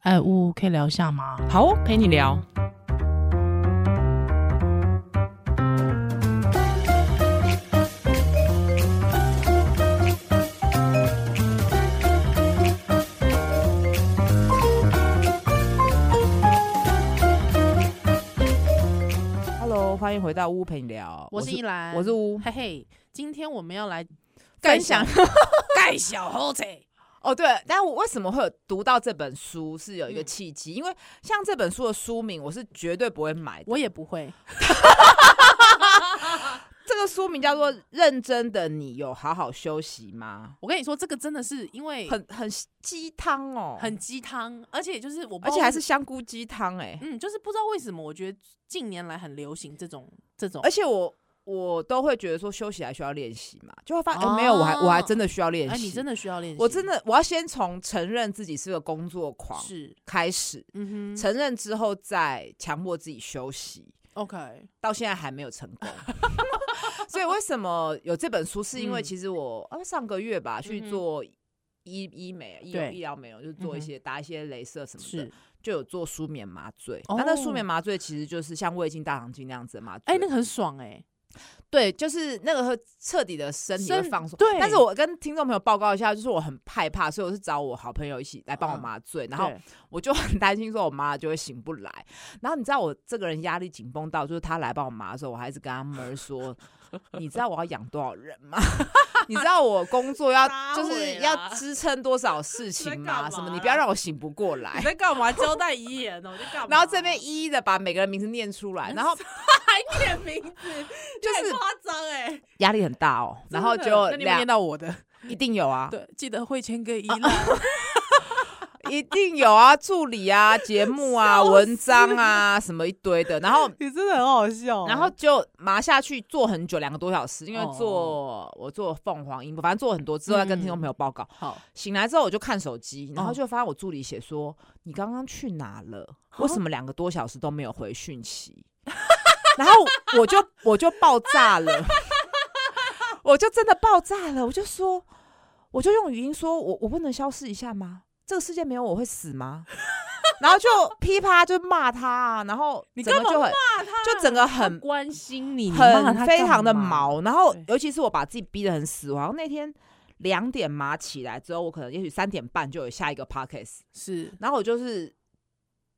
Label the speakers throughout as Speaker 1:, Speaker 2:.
Speaker 1: 哎，呜，可以聊一下吗？
Speaker 2: 好哦，陪你聊。Hello，欢迎回到屋陪你聊，
Speaker 1: 我是依兰，
Speaker 2: 我是屋
Speaker 1: 嘿嘿，今天我们要来
Speaker 2: 盖
Speaker 1: 分享 盖小猴子。
Speaker 2: 哦，对，但我为什么会有读到这本书是有一
Speaker 1: 嗯
Speaker 2: 个契机，因为像这本书的书名，我是绝对不会买的。
Speaker 1: 我也不会，
Speaker 2: 这个书名叫做《认真的你有好好休息吗
Speaker 1: 我跟你说，这个真的是因》，为
Speaker 2: 很很鸡汤哦，
Speaker 1: 很鸡汤，而且就是我不知
Speaker 2: 而
Speaker 1: 道为，
Speaker 2: 且还是香菇鸡汤哎，
Speaker 1: 嗯，就是不知道为什么，我觉得近年来很流行这种这种
Speaker 2: 而，且我我都会觉得说休息还需要练习嘛，就会发现、哎
Speaker 1: 哦
Speaker 2: 没有，我还我还真的需要练
Speaker 1: 哎，
Speaker 2: 习，
Speaker 1: 你真的需要练习，
Speaker 2: 我真的我要先从承认自己是个工作狂
Speaker 1: 是，
Speaker 2: 开始，
Speaker 1: 嗯哼
Speaker 2: 承认之后再强迫自己休息。
Speaker 1: ，OK，
Speaker 2: 到现在还没有成功。 所以为什么有这本书？是因为
Speaker 1: 嗯
Speaker 2: 其实我、呃上个月吧
Speaker 1: 嗯
Speaker 2: 去
Speaker 1: 哼
Speaker 2: 做医医美、医疗
Speaker 1: 对嗯
Speaker 2: 医疗美容，就是做一些、打一些镭射什么
Speaker 1: 是
Speaker 2: 的，，就有做舒眠麻醉。
Speaker 1: 哦
Speaker 2: 那那舒眠麻醉其实就是像胃镜、大肠镜那样子的麻醉。
Speaker 1: 哎，那个很爽哎，
Speaker 2: 对，就是那个会彻底的身体会
Speaker 1: 身
Speaker 2: 放松。
Speaker 1: 对
Speaker 2: 但是我跟听众朋友报告一下，就是我很害怕，所以我是找我好朋友一起来帮我
Speaker 1: 嗯
Speaker 2: 麻醉，然后
Speaker 1: 对
Speaker 2: 我就很担心说我妈就会醒不来。然后你知道我这个人压力紧绷到，就是她来帮我麻的时候，我还是跟她们说，你知道我要养多少人吗？ 你知道我工作要
Speaker 3: 撒
Speaker 2: 就
Speaker 3: 谎
Speaker 2: 是
Speaker 3: 啦
Speaker 2: 要支撑多少事情
Speaker 3: 你在干
Speaker 2: 吗？
Speaker 3: 嘛啊
Speaker 2: 什么？你不要让我醒不过来
Speaker 3: 你。在干嘛？交代遗言
Speaker 1: 哦
Speaker 3: 呢？我在干嘛？
Speaker 2: 哎然后这边一一的把每个人名字念出来，然后
Speaker 3: 还点名字，
Speaker 2: 就是
Speaker 3: 有点夸张哎！
Speaker 2: 压力很大哦。然后
Speaker 1: 真的
Speaker 2: 就
Speaker 1: 那你们
Speaker 2: 两
Speaker 1: 念到我的，
Speaker 2: 一定有啊，
Speaker 1: 对，记得会签个一啦，
Speaker 2: 一定有啊，助理啊，节目啊，文章啊，什么一堆的。然后
Speaker 1: 你真的很好笑欸
Speaker 2: 然后就麻下去做很久，两个多小时，因为
Speaker 1: 哦
Speaker 2: 做、我做凤凰音波，反正做很多之后，再跟听众朋友报告。
Speaker 1: 好，
Speaker 2: 醒来之后我就看手机，然后
Speaker 1: 哦
Speaker 2: 就发现我助理写说：“你刚刚去哪了？ 为什么两个多小时都没有回讯息？” 然后我就我就爆炸了， 我就真的爆炸了，我就说，我就用语音说：“我我不能消失一下吗？这个世界没有我会死吗？” 然后就噼啪就骂他啊，然后
Speaker 1: 你
Speaker 2: 整个
Speaker 1: 干嘛
Speaker 2: 就很就整个很
Speaker 1: 关心你，你骂
Speaker 2: 很
Speaker 1: 他
Speaker 2: 非
Speaker 1: 干
Speaker 2: 常的
Speaker 1: 嘛
Speaker 2: 毛，然后
Speaker 1: 对
Speaker 2: 尤其是我把自己逼得很死，我好像那天两点麻起来之后，我可能也许三点半就有下一个 podcast，
Speaker 1: 是，
Speaker 2: 然后我就是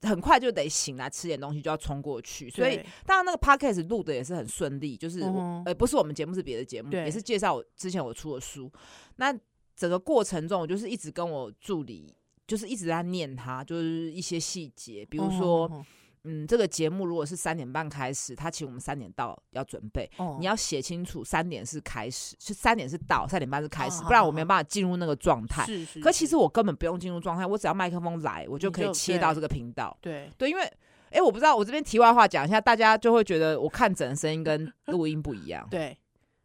Speaker 2: 很快就得醒来吃点东西就要冲过去，所以
Speaker 1: 对
Speaker 2: 当然那个 podcast 录的也是很顺利，就是我
Speaker 1: 嗯哼
Speaker 2: 呃不是我们节目是别的节目，
Speaker 1: 对
Speaker 2: 也是介绍我之前我出的书，那整个过程中我就是一直跟我助理。就是一直在念他，就是一些细节，
Speaker 1: 比
Speaker 2: 比如说，
Speaker 1: 哦
Speaker 2: 嗯，这个节目如果是三点半开始，他请我们三点到要准备，你
Speaker 1: 要
Speaker 2: 要写清楚三点是开始，是三点是到，三点半是开始，
Speaker 1: 好
Speaker 2: 不然
Speaker 1: 哦好
Speaker 2: 我没有办法进入那个状态。
Speaker 1: 是是，
Speaker 2: 可其
Speaker 1: 是
Speaker 2: 实我根本不用进入状态，我只要麦克风来，我就
Speaker 1: 你
Speaker 2: 可以
Speaker 1: 就
Speaker 2: 切到这个频道。
Speaker 1: 对
Speaker 2: 对，因为哎、诶我不知道，我这边题外话讲一下，大家就会觉得我看诊的声 音跟录音不一样。
Speaker 1: 对，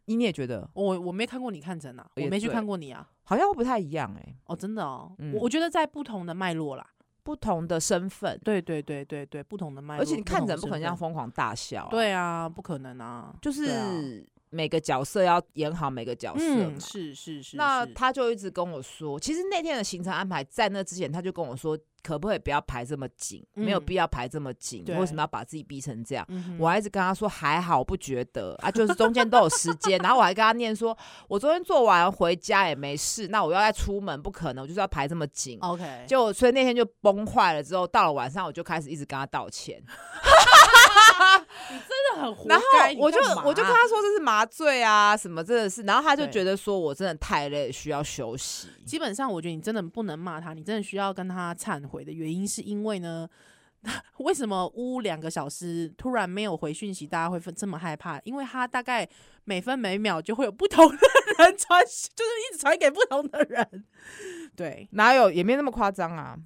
Speaker 2: 你你也觉得
Speaker 1: 我我没看过你看诊啊，我
Speaker 2: 也
Speaker 1: 没去
Speaker 2: 对
Speaker 1: 看过你啊，
Speaker 2: 好像会不太一样哎、诶
Speaker 1: 哦，真的哦，
Speaker 2: 嗯
Speaker 1: 我我觉得在不同的脉络啦，
Speaker 2: 不同的身份，
Speaker 1: 对对对对对，哎不同的脉络，
Speaker 2: 而且你看诊不可能这样
Speaker 1: 像
Speaker 2: 疯狂大笑、啊，，
Speaker 1: 对啊，不可能啊，
Speaker 2: 就
Speaker 1: 对啊
Speaker 2: 是每个角色要演好每个角色嘛。
Speaker 1: 嗯，是是是，
Speaker 2: 那
Speaker 1: 是
Speaker 2: 他就一直跟我说，其实那天的行程安排在那之前，他就跟我说，可不可以不要排这么紧，没有
Speaker 1: 嗯
Speaker 2: 必要排这么紧，
Speaker 1: 对
Speaker 2: 为什么要把自己逼成这样？
Speaker 1: 嗯哼
Speaker 2: 我还一直跟他说还好，不觉得啊，就是中间都有时间，然后我还跟他念说，我昨天做完回家也没事，那我要再出门不可能，我就是要排这么紧。
Speaker 1: OK，
Speaker 2: 结果所以那天就崩坏了，之后到了晚上我就开始一直跟他道歉，
Speaker 1: 真的很活
Speaker 2: 然后
Speaker 1: 该你
Speaker 2: 我就
Speaker 1: 干嘛啊
Speaker 2: 我就跟他说这是麻醉啊什么真的是，然后他就
Speaker 1: 对
Speaker 2: 觉得说我真的太累，需要休息。
Speaker 1: 基本上，我觉得你真的不能骂他，你真的需要跟他忏悔的原因是因为呢， 为什么呜两个小时突然没有回讯息，大家会分这么害怕？因为他大概每分每秒就会有不同的人传， 就是一直传给不同的人。对，
Speaker 2: 哪有也没那么夸张啊。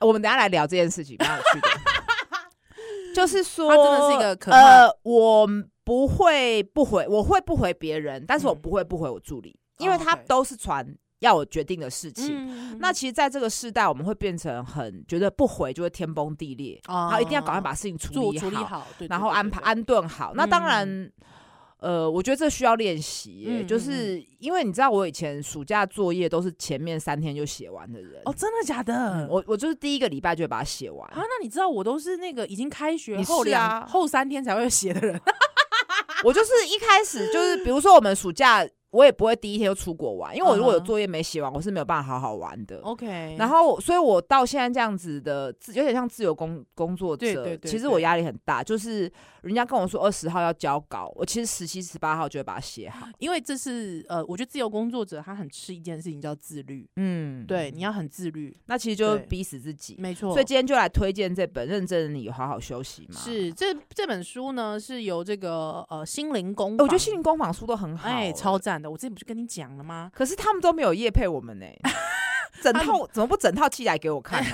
Speaker 2: 我们等一下来聊这件事情，蛮有 趣的。就是说，
Speaker 1: 他真的是一个可怕
Speaker 2: 呃，我不会不回，我会不回别人，但是我
Speaker 1: 嗯
Speaker 2: 不会不回我助理，
Speaker 1: 哦
Speaker 2: 因为他
Speaker 1: OK
Speaker 2: 都是传要我决定的事情。
Speaker 1: 嗯
Speaker 2: 那其实，在这个时代，我们会变成很觉得不回就会天崩地裂，
Speaker 1: 啊
Speaker 2: 他一定要赶快把事情处
Speaker 1: 做
Speaker 2: 理
Speaker 1: 处理
Speaker 2: 好，
Speaker 1: 好，对
Speaker 2: 然后安排。
Speaker 1: 对对对
Speaker 2: 安顿好。那当然，呃，我觉得这需要练习耶、
Speaker 1: 嗯
Speaker 2: 就
Speaker 1: 嗯
Speaker 2: 是因为你知道，我以前暑假作业都是前面三天就写完的人。
Speaker 1: 哦，真的假的？
Speaker 2: 嗯我我就是第一个礼拜就会把它写完。
Speaker 1: 啊，那你知道我都是那个已经开学
Speaker 2: 你
Speaker 1: 后
Speaker 2: 是
Speaker 1: 两、
Speaker 2: 啊哦
Speaker 1: 后三天才会写的 人，
Speaker 2: 我就是一开始就是，比如说我们暑假，我也不会第一天就出国玩，因为我如果有
Speaker 1: 嗯哼哦
Speaker 2: 作业没写完，我是没有办法好好玩的。
Speaker 1: OK，
Speaker 2: 然后，所以我到现在这样子的，自有点像自由工工作者。
Speaker 1: 对对对
Speaker 2: 其实
Speaker 1: 对
Speaker 2: 我压力很大，就是人家跟我说二十号要交稿，我其实十七、十八号就会把它写好。
Speaker 1: 因为这是呃，我觉得自由工作者他很吃一件事情叫自律，
Speaker 2: 嗯，
Speaker 1: 对，，你要很自律，
Speaker 2: 那其实就
Speaker 1: 对
Speaker 2: 逼死自己。
Speaker 1: 没错
Speaker 2: 所以。今天就来推荐这本《认真的你好好休息》嘛。哎、
Speaker 1: 是这这本书呢，是由这个呃心灵工坊、
Speaker 2: 哦我觉得心灵工坊书都很好、欸
Speaker 1: 哎超。赞的，我之前不是跟你讲了吗？
Speaker 2: 可是他们都没有业配我们 呢、整套怎么不整套寄来给我看呢、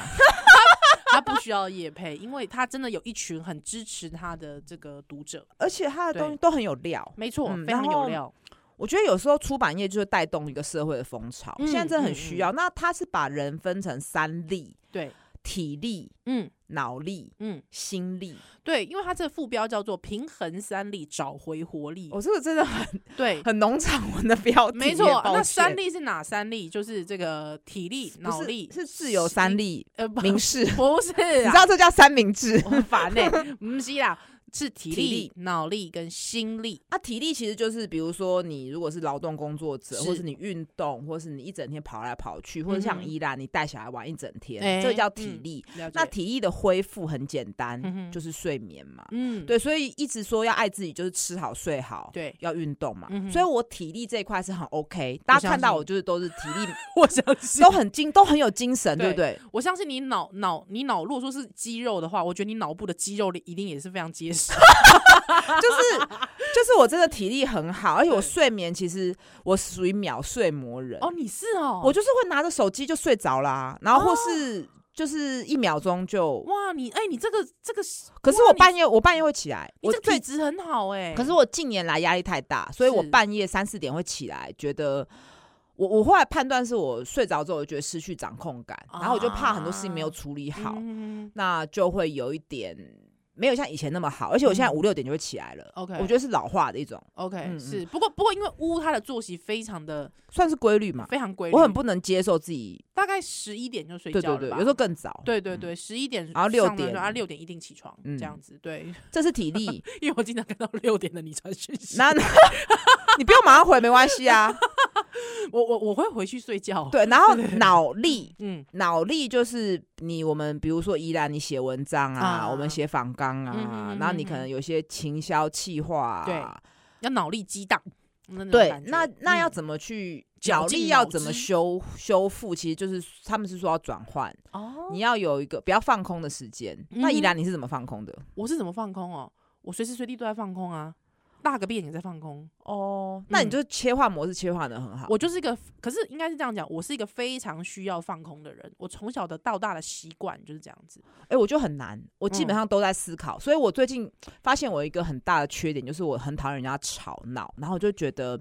Speaker 1: 他不需要叶配，因为他真的有一群很支持他的这个读者，
Speaker 2: 而且他的
Speaker 1: 对
Speaker 2: 东西都很有料。
Speaker 1: 没错，
Speaker 2: 嗯
Speaker 1: 非常
Speaker 2: 然后
Speaker 1: 有料。
Speaker 2: 我觉得有时候出版业就是带动一个社会的风潮，
Speaker 1: 嗯
Speaker 2: 现在真的很需要。那他是把人分成三力：
Speaker 1: 对，
Speaker 2: 体力、
Speaker 1: 嗯
Speaker 2: 脑力、
Speaker 1: 嗯，
Speaker 2: 心力。
Speaker 1: 对，因为他这个副标叫做“平衡三力，找回活力”
Speaker 2: 我、哦、这个真的很
Speaker 1: 对，
Speaker 2: 很农场文的标题，
Speaker 1: 嗯没错。
Speaker 2: 抱
Speaker 1: 那
Speaker 2: 歉
Speaker 1: 三力是哪三力？就是这个体力、
Speaker 2: 不是
Speaker 1: 脑力，
Speaker 2: 是自由三力
Speaker 1: 呃，不
Speaker 2: 明示，
Speaker 1: 不是
Speaker 2: 你知
Speaker 1: 啊，
Speaker 2: 道这叫三明治
Speaker 1: 我很烦呢、不是啦，是体
Speaker 2: 体
Speaker 1: 力
Speaker 2: 力、
Speaker 1: 脑力跟心力。
Speaker 2: 啊？体力其实就是比如说你如果是劳动工作者，
Speaker 1: 是
Speaker 2: 或是你运动，或是你一整天跑来跑去，或者像
Speaker 1: 嗯哼
Speaker 2: 依兰你带小孩玩一整天，
Speaker 1: 哎
Speaker 2: 这个叫体
Speaker 1: 嗯
Speaker 2: 力。
Speaker 1: 了
Speaker 2: 那
Speaker 1: 解
Speaker 2: 体力的恢复很简单，
Speaker 1: 嗯哼
Speaker 2: 就是睡眠嘛。
Speaker 1: 嗯，
Speaker 2: 对，所以一直说要爱自己，就是吃好睡好，，
Speaker 1: 对，
Speaker 2: 要运动嘛。
Speaker 1: 嗯哼
Speaker 2: 所以我体力这一块是很 OK，大
Speaker 1: 我相
Speaker 2: 家看到
Speaker 1: 信
Speaker 2: 我就是都是 体力
Speaker 1: 我相信
Speaker 2: 都很精，都很有精神，对不对？
Speaker 1: 我相信你脑脑你脑如果说是肌肉的话，我觉得你脑部的肌肉力一定也是非常结 实。
Speaker 2: 就是就是我真的体力很好，而且我
Speaker 1: 对
Speaker 2: 睡眠其实我属于秒睡魔人，
Speaker 1: 哦，你是哦，
Speaker 2: 我就是会拿着手机就睡着啦，然后或是。就是一秒钟就，
Speaker 1: 哇，你哎、你这个这个，
Speaker 2: 可是
Speaker 1: 哇
Speaker 2: 我
Speaker 1: 你
Speaker 2: 半夜我半夜会起来，
Speaker 1: 你
Speaker 2: 我
Speaker 1: 这个体
Speaker 2: 最
Speaker 1: 质很好哎、
Speaker 2: 可是我近年来压力太大，所以我
Speaker 1: 是
Speaker 2: 半夜三四点会起来，觉得我我后来判断是我睡着之后，我觉得失去掌控感，然后我就怕很多事情没有处理好，
Speaker 1: 啊嗯
Speaker 2: 那就会有一点没有像以前那么好，而且我现在
Speaker 1: 嗯
Speaker 2: 五六点就会起来了。
Speaker 1: OK，
Speaker 2: 我觉得是老化的一种，
Speaker 1: OK，、
Speaker 2: 嗯嗯
Speaker 1: 是不过不过因为乌他的作息非常的
Speaker 2: 算是规律嘛。
Speaker 1: 非常规律，
Speaker 2: 啊我很不能接受自己，
Speaker 1: 大概十一点就睡
Speaker 2: 对
Speaker 1: 觉
Speaker 2: 对
Speaker 1: 了
Speaker 2: 对，
Speaker 1: 吧
Speaker 2: 有时候更早。
Speaker 1: 对对对，十一点
Speaker 2: 嗯然后
Speaker 1: 上
Speaker 2: 6
Speaker 1: 班的时
Speaker 2: 点
Speaker 1: 候啊六点一定起床、
Speaker 2: 嗯
Speaker 1: 这样子，对，
Speaker 2: 这是体力。
Speaker 1: 因为我经常看到六点的你传讯息，
Speaker 2: 那你不用马上回，没关系啊。
Speaker 1: 我我我会回去睡觉，，
Speaker 2: 对，然后
Speaker 1: 对对对
Speaker 2: 脑力，
Speaker 1: 嗯
Speaker 2: 脑力就是你我们比如说依然你写文章啊，
Speaker 1: 啊
Speaker 2: 我们写访纲啊，
Speaker 1: 嗯哼嗯哼
Speaker 2: 然后你可能有些行销企划、啊，
Speaker 1: 要脑力激荡，那种
Speaker 2: 对
Speaker 1: 感，觉
Speaker 2: 那那要
Speaker 1: 嗯
Speaker 2: 怎么去
Speaker 1: 绞
Speaker 2: 脑
Speaker 1: 尽
Speaker 2: 力
Speaker 1: 脑
Speaker 2: 要怎么
Speaker 1: 汁
Speaker 2: 修修复？其实就是他们是说要转换，
Speaker 1: 哦，
Speaker 2: 你要有一个不要放空的时间。那
Speaker 1: 嗯
Speaker 2: 依
Speaker 1: 哼
Speaker 2: 然你是怎么放空的？
Speaker 1: 我是怎么放空哦？我随时随地都在放空啊，大个便也在放空，
Speaker 2: 哦，那你
Speaker 1: 嗯
Speaker 2: 就切换模式切换的很好。
Speaker 1: 我就是一个，可是应该是这样讲，我是一个非常需要放空的人。我从小的到大的习惯就是这样子。
Speaker 2: 哎、我就很难，我基本
Speaker 1: 嗯
Speaker 2: 上都在思考，所以我最近发现我一个很大的缺点就是我很讨厌人家吵闹，然后我就觉得，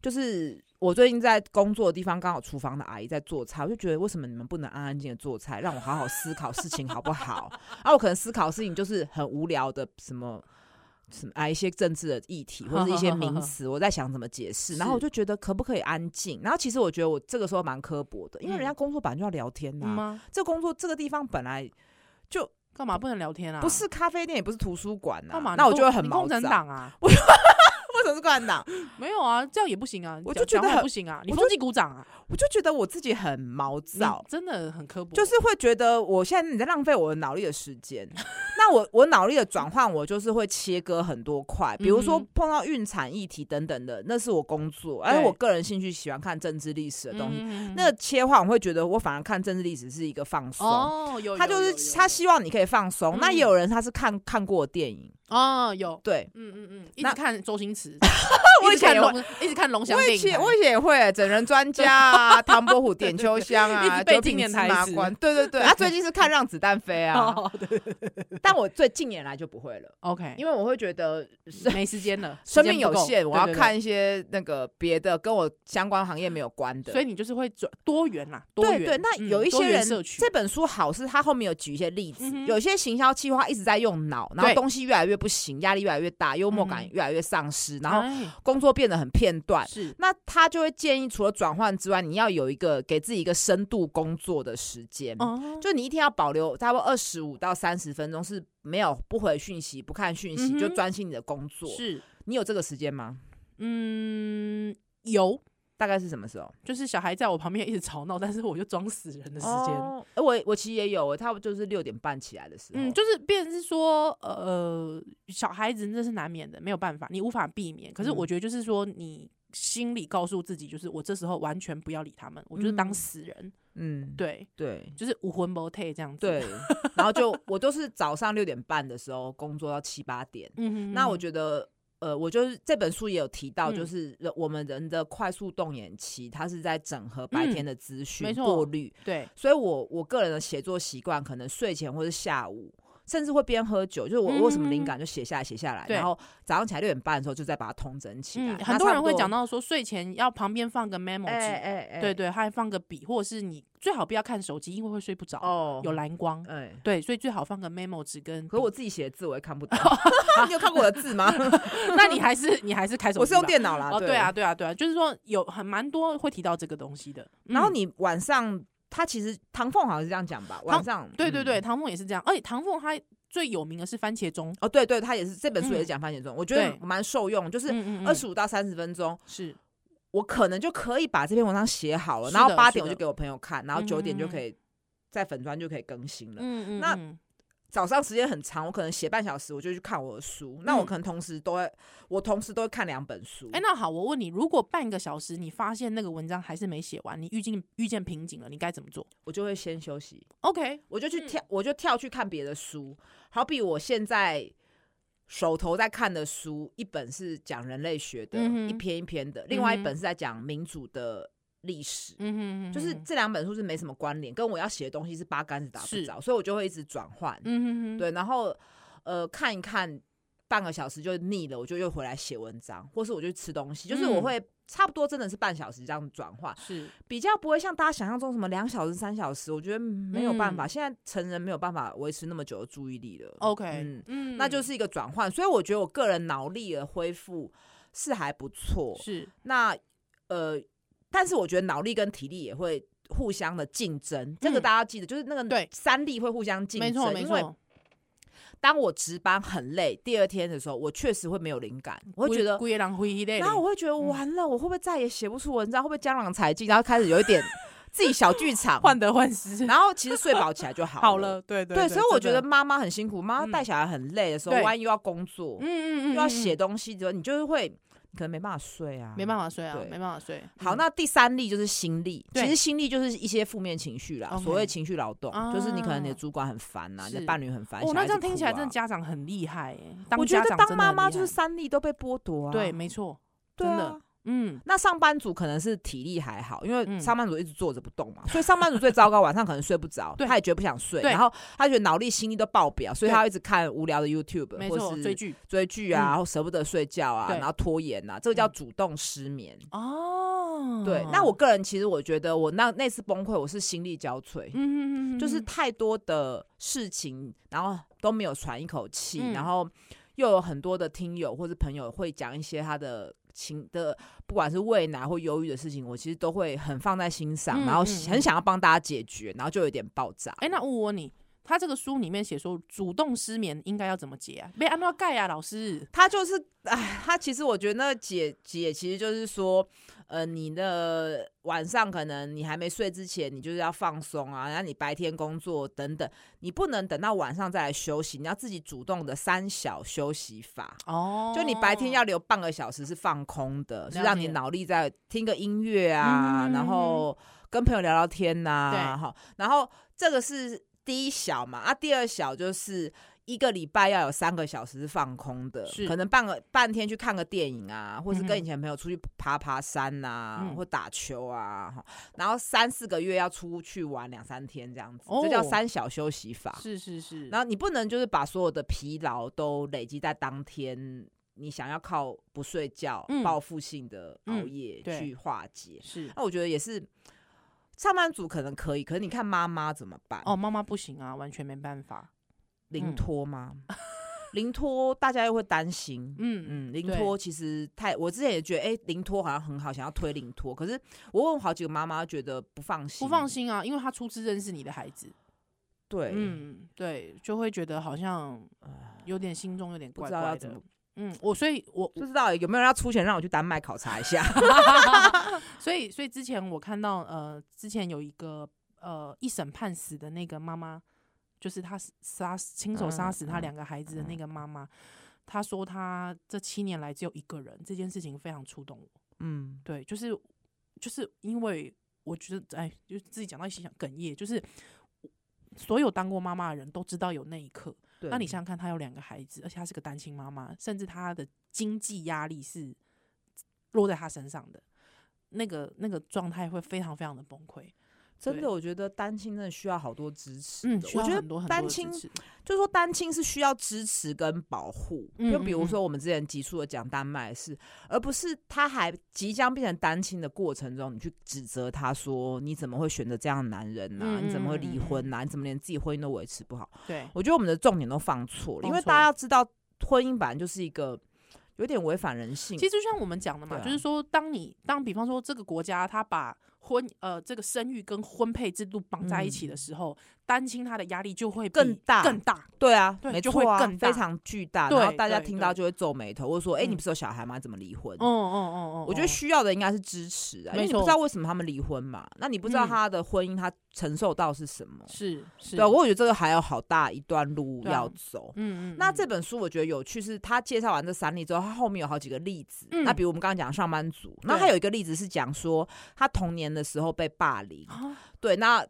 Speaker 2: 就是我最近在工作的地方刚好厨房的阿姨在做菜，我就觉得为什么你们不能安安静静的做菜，让我好好思考事情好不好？啊，我可能思考的事情就是很无聊的什么。什么啊？一些政治的议题或者一些 名词，我在想怎么解释，然后我
Speaker 1: 是
Speaker 2: 就觉得可不可以安静？然后其实我觉得我这个时候蛮刻薄的，因为人
Speaker 1: 嗯
Speaker 2: 家工作本来就要聊天呐、
Speaker 1: 嗯吗？
Speaker 2: 这工作这个地方本来
Speaker 1: 干嘛不能聊天啊？
Speaker 2: 不是咖啡店，也不是图书馆啊。
Speaker 1: 干嘛？
Speaker 2: 那我
Speaker 1: 你
Speaker 2: 就会
Speaker 1: 共
Speaker 2: 很
Speaker 1: 你
Speaker 2: 毛
Speaker 1: 共
Speaker 2: 躁。
Speaker 1: 产党啊？
Speaker 2: 为什么是共产党？
Speaker 1: 没有啊，这样也不行啊！
Speaker 2: 我
Speaker 1: 讲
Speaker 2: 就觉得
Speaker 1: 讲话
Speaker 2: 很
Speaker 1: 不行啊！你
Speaker 2: 我
Speaker 1: 风纪鼓掌啊！
Speaker 2: 我就觉得我自己很毛
Speaker 1: 你
Speaker 2: 躁，
Speaker 1: 真的很刻薄，
Speaker 2: 就是会觉得我现在你在浪费我的脑力的时间。那我我脑力的转换，我就是会切割很多块，比如说
Speaker 1: 嗯哼
Speaker 2: 碰到孕产议题等等的，那是我工作，而且
Speaker 1: 对
Speaker 2: 我个人兴趣喜欢看政治历史的东西。
Speaker 1: 嗯
Speaker 2: 那个切换，我会觉得我反而看政治历史是一个放松。
Speaker 1: 哦，有
Speaker 2: 他
Speaker 1: 有
Speaker 2: 就
Speaker 1: 有
Speaker 2: 是
Speaker 1: 有
Speaker 2: 他
Speaker 1: 有
Speaker 2: 希望你可以放松，那也
Speaker 1: 嗯
Speaker 2: 有人他是看看过的电影，
Speaker 1: 哦有。
Speaker 2: 对，
Speaker 1: 嗯嗯嗯，一直
Speaker 2: 那，
Speaker 1: 看周星驰
Speaker 2: 我
Speaker 1: 一
Speaker 2: 以
Speaker 1: 直看
Speaker 2: 前也
Speaker 1: 龙， 一直看龙翔
Speaker 2: 我
Speaker 1: 电
Speaker 2: 以
Speaker 1: 影台。
Speaker 2: 前我以前也会整人专家 啊，唐伯虎点
Speaker 1: 对对
Speaker 2: 秋香
Speaker 1: 一
Speaker 2: 啊，
Speaker 1: 直背
Speaker 2: 九
Speaker 1: 经
Speaker 2: 品
Speaker 1: 典
Speaker 2: 芝
Speaker 1: 台
Speaker 2: 麻
Speaker 1: 词
Speaker 2: 官，对对对，他最近是看《让子弹飞》啊，
Speaker 1: 哦，对对对对对
Speaker 2: 但我最近年来就不会了，
Speaker 1: OK，
Speaker 2: 因为我会觉得 生
Speaker 1: 没时间了，
Speaker 2: 生
Speaker 1: 时
Speaker 2: 命
Speaker 1: 间不
Speaker 2: 有
Speaker 1: 够
Speaker 2: 限，我要，看
Speaker 1: 对
Speaker 2: 一些那个别的跟我相关行业没有关
Speaker 1: 对对
Speaker 2: 的。
Speaker 1: 所以你就是会转多元啦，多
Speaker 2: 对
Speaker 1: 元。
Speaker 2: 对，那
Speaker 1: 嗯
Speaker 2: 有一
Speaker 1: 多
Speaker 2: 些
Speaker 1: 元
Speaker 2: 人、
Speaker 1: 社区
Speaker 2: 这本书好是它后面有举一些例子，
Speaker 1: 嗯哼
Speaker 2: 有些行销计划一直在用脑，然后
Speaker 1: 对
Speaker 2: 东西越来越不行，压力越来越大，幽默感
Speaker 1: 嗯
Speaker 2: 越来越丧失，然后
Speaker 1: 哎
Speaker 2: 工作变得很片段。
Speaker 1: 是
Speaker 2: 那他就会建议，除了转换之外，你要有一个给自己一个深度工作的时间。
Speaker 1: 哦，
Speaker 2: 嗯就你一天要保留差不多二十五到三十分钟是没有不回讯息、不看讯息，
Speaker 1: 嗯哼
Speaker 2: 就专心你的工作。
Speaker 1: 是
Speaker 2: 你有这个时间吗？
Speaker 1: 嗯有，
Speaker 2: 大概是什么时候？
Speaker 1: 就是小孩在我旁边一直吵闹，但是我就装死人的时间。
Speaker 2: 哦呃我我其实也有，我差不多就是六点半起来的时候。
Speaker 1: 嗯，就是变成是说，呃，小孩子这是难免的，没有办法，你无法避免。可是
Speaker 2: 嗯
Speaker 1: 我觉得就是说，你心里告诉自己，就是我这时候完全不要理他们，我就是当
Speaker 2: 嗯
Speaker 1: 死人，
Speaker 2: 嗯，
Speaker 1: 对，
Speaker 2: 对
Speaker 1: 就是无魂不退这样子。
Speaker 2: 对，然后就我都是早上六点半的时候工作到七八点。
Speaker 1: 嗯哼，嗯
Speaker 2: 那我
Speaker 1: 哼
Speaker 2: 觉得，呃，我就是这本书也有提到，
Speaker 1: 嗯
Speaker 2: 就是人我们人的快速动眼期，它是在整合白天的资讯、
Speaker 1: 嗯没错
Speaker 2: 过滤。
Speaker 1: 对，嗯
Speaker 2: 所以我我个人的写作习惯，可能睡前或是下午。甚至会边喝酒，就是我
Speaker 1: 嗯
Speaker 2: 我有什么灵感就写下来，写下来，
Speaker 1: 对
Speaker 2: 然后早上起来六点半的时候就再把它通整起来。
Speaker 1: 嗯，
Speaker 2: 那
Speaker 1: 很多
Speaker 2: 差
Speaker 1: 人
Speaker 2: 不
Speaker 1: 会讲，到说，睡前要旁边放个 memo 纸，
Speaker 2: 哎哎哎，
Speaker 1: 对对，还放个笔，或者是你最好不要看手机，因为会睡不着，
Speaker 2: 哦，
Speaker 1: 有蓝光。
Speaker 2: 哎，
Speaker 1: 对，所以最好放个 memo 纸跟笔。
Speaker 2: 可我自己写的字我也看 不懂，啊你有看过我的字吗？
Speaker 1: 那你还是你还是开手机吧，
Speaker 2: 我是用电脑啦，
Speaker 1: 哦，对啊，对啊，对啊，就是说有很蛮多会提到这个东西的。
Speaker 2: 然后
Speaker 1: 嗯
Speaker 2: 你晚上，他其实唐凤好像是这样讲吧，晚上
Speaker 1: 对对对，
Speaker 2: 嗯
Speaker 1: 唐凤也是这样，而且唐凤她最有名的是番茄钟，
Speaker 2: 哦对对，他也是这本书也是
Speaker 1: 嗯
Speaker 2: 讲番茄钟，我觉得
Speaker 1: 对嗯
Speaker 2: 蛮受用，就是
Speaker 1: 是
Speaker 2: 二十五到三十分钟，
Speaker 1: 是
Speaker 2: 我可能就可以把这篇文章写好了，
Speaker 1: 是
Speaker 2: 然后
Speaker 1: 的
Speaker 2: 八
Speaker 1: 是
Speaker 2: 点我就
Speaker 1: 的
Speaker 2: 给我朋友看，然后九点
Speaker 1: 嗯
Speaker 2: 就
Speaker 1: 嗯嗯
Speaker 2: 可以在粉砖就可以更新了。
Speaker 1: 嗯嗯
Speaker 2: 那
Speaker 1: 嗯
Speaker 2: 早上时间很长，我可能写半小时，我就去看我的书，那我
Speaker 1: 嗯
Speaker 2: 可能同时都会，我同时都会看两本书。
Speaker 1: 哎，那好，我问你，如果半个小时你发现那个文章还是没写完，你遇见遇见瓶颈了，你该怎么做
Speaker 2: 我就会先休息，
Speaker 1: ？OK，
Speaker 2: 我就去
Speaker 1: 嗯
Speaker 2: 跳，我就跳去看别的书。好比我现在手头在看的书，一本是讲人类学的，
Speaker 1: 嗯哼
Speaker 2: 一篇一篇的；，另外一
Speaker 1: 嗯哼
Speaker 2: 本是在讲民主的历史。
Speaker 1: 嗯哼嗯哼，
Speaker 2: 就是这两本书是没什么关联，跟我要写的东西是八竿子打不
Speaker 1: 是
Speaker 2: 着，所以我就会一直转换。
Speaker 1: 嗯哼哼，
Speaker 2: 对，然后呃看一看半个小时就腻了，我就又回来写文章，或是我就吃东西，就是我
Speaker 1: 嗯
Speaker 2: 会差不多真的是半小时这样转换。
Speaker 1: 是
Speaker 2: 比较不会像大家想象中什么两小时、三小时，我觉得没有办法，
Speaker 1: 嗯
Speaker 2: 现在成人没有办法维持那么久的注意力了。
Speaker 1: OK，
Speaker 2: 嗯，
Speaker 1: 嗯，
Speaker 2: 那就是一个转换，所以我觉得我个人脑力的恢复是还不错。
Speaker 1: 是
Speaker 2: 那呃，但是我觉得脑力跟体力也会互相的竞争，这个
Speaker 1: 嗯
Speaker 2: 大家记得，就是那个
Speaker 1: 对
Speaker 2: 三力会互相竞
Speaker 1: 没错
Speaker 2: 争，
Speaker 1: 没
Speaker 2: 因为
Speaker 1: 错，
Speaker 2: 当我值班很累，第二天的时候，我确实会没有灵感，我会觉得
Speaker 1: 故意让灰类，
Speaker 2: 然后我会觉得
Speaker 1: 嗯
Speaker 2: 完了，我会不会再也写不出文章？会不会江郎才尽？然后开始有一 点自己小剧场。
Speaker 1: 患得患失，
Speaker 2: 然后其实睡饱起来就好
Speaker 1: 好
Speaker 2: 了。
Speaker 1: 了，对对
Speaker 2: 对，所以我觉得
Speaker 1: 真的
Speaker 2: 妈妈很辛苦，妈
Speaker 1: 嗯
Speaker 2: 妈带小孩很累的时候，
Speaker 1: 对
Speaker 2: 万一又要工作，
Speaker 1: 嗯嗯嗯，
Speaker 2: 又要
Speaker 1: 嗯
Speaker 2: 写
Speaker 1: 嗯
Speaker 2: 东西之后，你就是会你可能没办法睡啊，
Speaker 1: 没办。法睡啊，
Speaker 2: 对
Speaker 1: 没办法睡。
Speaker 2: 好，
Speaker 1: 嗯
Speaker 2: 那第三例就是心力，
Speaker 1: 对
Speaker 2: 其实心力就是一些负面情绪啦，
Speaker 1: OK
Speaker 2: 所谓情绪劳动，
Speaker 1: 啊
Speaker 2: 就是你可能你的主管很烦呐，你的
Speaker 1: 是
Speaker 2: 伴侣很烦，
Speaker 1: 哦，
Speaker 2: 小
Speaker 1: 那
Speaker 2: 孩
Speaker 1: 这样
Speaker 2: 子
Speaker 1: 听起
Speaker 2: 哭
Speaker 1: 来
Speaker 2: 啊
Speaker 1: 真的家长很厉害哎，当
Speaker 2: 我觉
Speaker 1: 家
Speaker 2: 得
Speaker 1: 长
Speaker 2: 当
Speaker 1: 真的
Speaker 2: 妈
Speaker 1: 很
Speaker 2: 妈
Speaker 1: 厉
Speaker 2: 就是
Speaker 1: 害
Speaker 2: 三力都被剥夺啊，
Speaker 1: 对，没错，
Speaker 2: 对
Speaker 1: 真
Speaker 2: 啊
Speaker 1: 的。嗯，
Speaker 2: 那上班族可能是体力还好，因为
Speaker 1: 嗯
Speaker 2: 上班族一直坐着不动 嘛，所以上班族最糟糕，晚上可能睡不着，
Speaker 1: 对
Speaker 2: 他也觉得不想睡，
Speaker 1: 对
Speaker 2: 然后他觉得脑力、心力都爆表，所以
Speaker 1: 对
Speaker 2: 他要一直看无聊的 YouTube
Speaker 1: 没
Speaker 2: 或
Speaker 1: 错，追
Speaker 2: 是
Speaker 1: 剧嗯
Speaker 2: 追剧啊，或舍不得睡觉啊，
Speaker 1: 对嗯
Speaker 2: 然后拖延啊，这个叫主动失眠。
Speaker 1: 哦。
Speaker 2: 对，那我个人其实我觉得我那那次崩溃，我是心力交瘁，
Speaker 1: 嗯，嗯嗯嗯
Speaker 2: 就是
Speaker 1: 嗯
Speaker 2: 太多的事情，然后都没有喘一口气，
Speaker 1: 嗯
Speaker 2: 然后又有很多的听友或是朋友会讲一些他的情的，不管是畏难或忧郁的事情，我其实都会很放在心上，
Speaker 1: 嗯
Speaker 2: 然后
Speaker 1: 嗯
Speaker 2: 很想要帮大家解决，然后就有点爆炸。
Speaker 1: 哎，那我问你，他这个书里面写说主动失眠应该要怎么解啊？被安诺盖啊，老师。
Speaker 2: 他就是，哎，他其实我觉得那解解其实就是说，呃，你的晚上可能你还没睡之前，你就是要放松啊，然后你白天工作等等，你不能等到晚上再来休息，你要自己主动的三小休息法。
Speaker 1: 哦，
Speaker 2: 就你白天要留半个小时是放空的，
Speaker 1: 解
Speaker 2: 是让你脑力在听个音乐啊，
Speaker 1: 嗯
Speaker 2: 然后跟朋友聊聊天呐、
Speaker 1: 对
Speaker 2: 哈，然后这个是第一小嘛，啊，第二小就是。一个礼拜要有三个小时是放空的，
Speaker 1: 是
Speaker 2: 可能半个半天去看个电影啊，或是
Speaker 1: 嗯
Speaker 2: 跟
Speaker 1: 哼
Speaker 2: 以前朋友出去爬爬山啊，
Speaker 1: 嗯
Speaker 2: 或打球啊，哈然后三四个月要出去玩两三天这样子，这叫
Speaker 1: 哦
Speaker 2: 三小休息法。
Speaker 1: 是是是，
Speaker 2: 然后你不能就是把所有的疲劳都累积在当天，你想要靠不睡觉、
Speaker 1: 嗯
Speaker 2: 报复性的熬
Speaker 1: 嗯
Speaker 2: 夜
Speaker 1: 对
Speaker 2: 去化解。
Speaker 1: 是
Speaker 2: 那我觉得也是，上班族可能可以，可是你看妈妈怎么办？
Speaker 1: 哦，妈妈不行啊，完全没办法。
Speaker 2: 零
Speaker 1: 嗯
Speaker 2: 托吗？零托大家又会担心。
Speaker 1: 嗯，
Speaker 2: 嗯，零
Speaker 1: 对
Speaker 2: 托其实太，我之前也觉得，哎、零托好像很好，想要推零托。可是我问好几个妈妈，觉得不放心，
Speaker 1: 不放。心啊，因为他初次认识你的孩子，
Speaker 2: 对，
Speaker 1: 嗯，对，就会觉得好像有点心中有点
Speaker 2: 不
Speaker 1: 怪
Speaker 2: 知道要
Speaker 1: 怪
Speaker 2: 怎
Speaker 1: 的
Speaker 2: 么。，
Speaker 1: 嗯，我所以我
Speaker 2: 不知道有没有人要出钱让我去丹麦考察一下。
Speaker 1: 所以，所以之前我看到，呃，之前有一个呃一审判死的那个妈妈，就是她死杀亲手杀
Speaker 2: 嗯
Speaker 1: 死她
Speaker 2: 嗯
Speaker 1: 两个孩子的那个妈妈，她说她这七年来只有一个人，这件事情非常触动我。
Speaker 2: 嗯，
Speaker 1: 对，就是就是因为我觉得，哎，就是自己讲到一起想哽咽，就是所有当过妈妈的人都知道有那一刻。
Speaker 2: 对
Speaker 1: 那你想想看，她有两个孩子，而且她是个单亲妈妈，甚至她的经济压力是落在她身上的，那个那个状态会非常非常的崩溃。
Speaker 2: 真
Speaker 1: 对
Speaker 2: 的，我觉得单亲真的需要好多支持的。
Speaker 1: 嗯，需
Speaker 2: 我
Speaker 1: 要
Speaker 2: 觉
Speaker 1: 很
Speaker 2: 得
Speaker 1: 多很多
Speaker 2: 单
Speaker 1: 的支
Speaker 2: 亲，
Speaker 1: 持
Speaker 2: 就是说单亲是需要支持跟保护。
Speaker 1: 嗯
Speaker 2: 就
Speaker 1: 嗯
Speaker 2: 比如
Speaker 1: 嗯
Speaker 2: 说我们之前急速的讲丹麦是，而不是他还即将变成单亲的过程中，你去指责他说你怎么会选择这样的男人呐、
Speaker 1: 嗯
Speaker 2: 你怎么会
Speaker 1: 嗯嗯
Speaker 2: 离
Speaker 1: 嗯
Speaker 2: 婚呐、你怎么连自己婚姻都维持不好？
Speaker 1: 对，
Speaker 2: 我觉得我们的重点都放错了，因
Speaker 1: 放
Speaker 2: 为
Speaker 1: 错
Speaker 2: 大家
Speaker 1: 了
Speaker 2: 要知道，婚姻本来就是一个有点违反人性。
Speaker 1: 其实就像我们讲的嘛，
Speaker 2: 对啊
Speaker 1: 就是说，当你当比方说这个国家他把婚呃这个生育跟婚配制度绑在一起的时候，单亲他的压力就会比
Speaker 2: 嗯更大
Speaker 1: 更大。
Speaker 2: 对啊，
Speaker 1: 对
Speaker 2: 没
Speaker 1: 就
Speaker 2: 错
Speaker 1: 会
Speaker 2: 啊，
Speaker 1: 更
Speaker 2: 非
Speaker 1: 大
Speaker 2: 常巨大。
Speaker 1: 对
Speaker 2: 然后大家
Speaker 1: 对
Speaker 2: 听到
Speaker 1: 对
Speaker 2: 就会皱眉头，或者说：“哎、你
Speaker 1: 嗯
Speaker 2: 不是有小孩吗？怎么离婚？”
Speaker 1: 嗯嗯嗯嗯，
Speaker 2: 我觉得
Speaker 1: 嗯
Speaker 2: 需要的应该是支持啊，因
Speaker 1: 没
Speaker 2: 为你不
Speaker 1: 错
Speaker 2: 知道为什么他们离婚嘛，那你不知道
Speaker 1: 嗯
Speaker 2: 他的婚姻他承受到是什么。
Speaker 1: 是是，
Speaker 2: 对啊，我觉得这个还有好大一段路
Speaker 1: 对啊
Speaker 2: 要走。
Speaker 1: 嗯嗯，
Speaker 2: 那
Speaker 1: 嗯
Speaker 2: 这本书我觉得有趣，是他介绍完这三例之后，他后面有好几个例子。
Speaker 1: 嗯
Speaker 2: 那比如我们刚刚讲上班族，那
Speaker 1: 对
Speaker 2: 还有一个例子是讲说他童年的时候被霸凌，
Speaker 1: 啊
Speaker 2: 对，那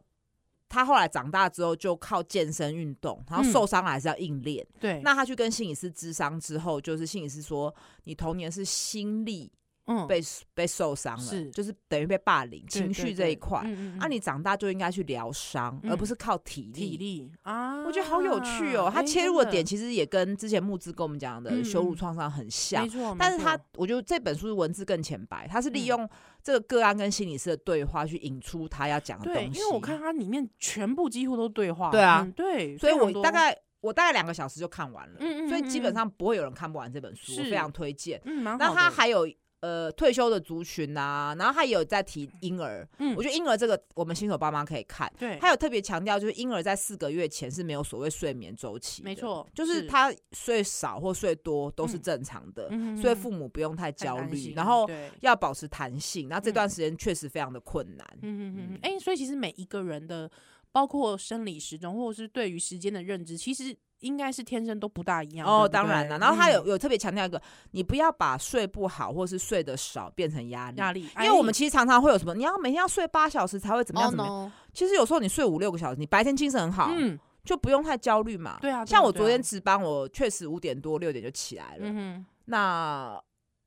Speaker 2: 他后来长大之后就靠健身运动，然后
Speaker 1: 嗯
Speaker 2: 受伤了还是要硬练。
Speaker 1: 对，
Speaker 2: 那他去跟心理师咨商之后，就是心理师说，你童年是心力
Speaker 1: 嗯
Speaker 2: 被、被受伤了，
Speaker 1: 是
Speaker 2: 就是等于被霸凌，情绪这一块。
Speaker 1: 那、嗯嗯
Speaker 2: 啊，你长大就应该去疗伤，
Speaker 1: 嗯
Speaker 2: 而不是靠体力。
Speaker 1: 体力啊，
Speaker 2: 我觉得好有趣哦，他
Speaker 1: 诶
Speaker 2: 切入的
Speaker 1: 真
Speaker 2: 点其实也跟之前木之跟我们讲的
Speaker 1: 嗯
Speaker 2: 羞辱
Speaker 1: 嗯
Speaker 2: 创伤很像
Speaker 1: 没，错，
Speaker 2: 但
Speaker 1: 没
Speaker 2: 是他
Speaker 1: 错
Speaker 2: 我觉得这本书文字更浅白，他是利
Speaker 1: 嗯
Speaker 2: 用这个个案跟心理师的对话去引出他要讲的啊东
Speaker 1: 对，
Speaker 2: 西。
Speaker 1: 因为我看，它里面全部几乎都对话，
Speaker 2: 对啊
Speaker 1: 嗯对，
Speaker 2: 所以
Speaker 1: 非常
Speaker 2: 我
Speaker 1: 多
Speaker 2: 大概我大概两个小时就看完了，
Speaker 1: 嗯嗯
Speaker 2: 所以基本
Speaker 1: 嗯嗯
Speaker 2: 上不会有人看不完这本书，我非
Speaker 1: 是
Speaker 2: 常推荐。
Speaker 1: 嗯蛮
Speaker 2: 那
Speaker 1: 好
Speaker 2: 他
Speaker 1: 的
Speaker 2: 还有呃退休的族群啊，然后他也有在提婴儿，
Speaker 1: 嗯
Speaker 2: 我觉得婴儿这个我们新手爸妈可以看，
Speaker 1: 对，
Speaker 2: 他有特别强调就是婴儿在四个月前是没有所谓睡眠周期，
Speaker 1: 没，错，
Speaker 2: 就是他睡少或睡多都是
Speaker 1: 嗯
Speaker 2: 正常的，
Speaker 1: 嗯
Speaker 2: 所以
Speaker 1: 嗯嗯
Speaker 2: 父母不用太
Speaker 1: 很
Speaker 2: 焦
Speaker 1: 担
Speaker 2: 虑，
Speaker 1: 心
Speaker 2: 然后
Speaker 1: 对
Speaker 2: 要保持弹性，那这
Speaker 1: 嗯
Speaker 2: 段时间确实非常的困难，
Speaker 1: 嗯嗯嗯
Speaker 2: 嗯，
Speaker 1: 哎、所以其实每一个人的，包括生理时钟，或者是对于时间的认知，其实应该是天生都不大一样。
Speaker 2: 哦，
Speaker 1: 对不
Speaker 2: 当然
Speaker 1: 对
Speaker 2: 了，然后他有
Speaker 1: 嗯
Speaker 2: 有特别强调一个，你不要把睡不好或是睡得少变成压力。
Speaker 1: 嗯压力，哎
Speaker 2: 因为我们其实常常会有什么，你要每天要睡八小时才会怎么
Speaker 1: 哦
Speaker 2: 样怎么样。
Speaker 1: no，
Speaker 2: 其实有时候你睡五六个小时，你白天精神很好，
Speaker 1: 嗯，
Speaker 2: 就不用太焦虑嘛。
Speaker 1: 对啊，对啊
Speaker 2: 像我
Speaker 1: 对
Speaker 2: 昨天
Speaker 1: 啊
Speaker 2: 值班，我确实五点多六点就起来了。
Speaker 1: 嗯哼，
Speaker 2: 那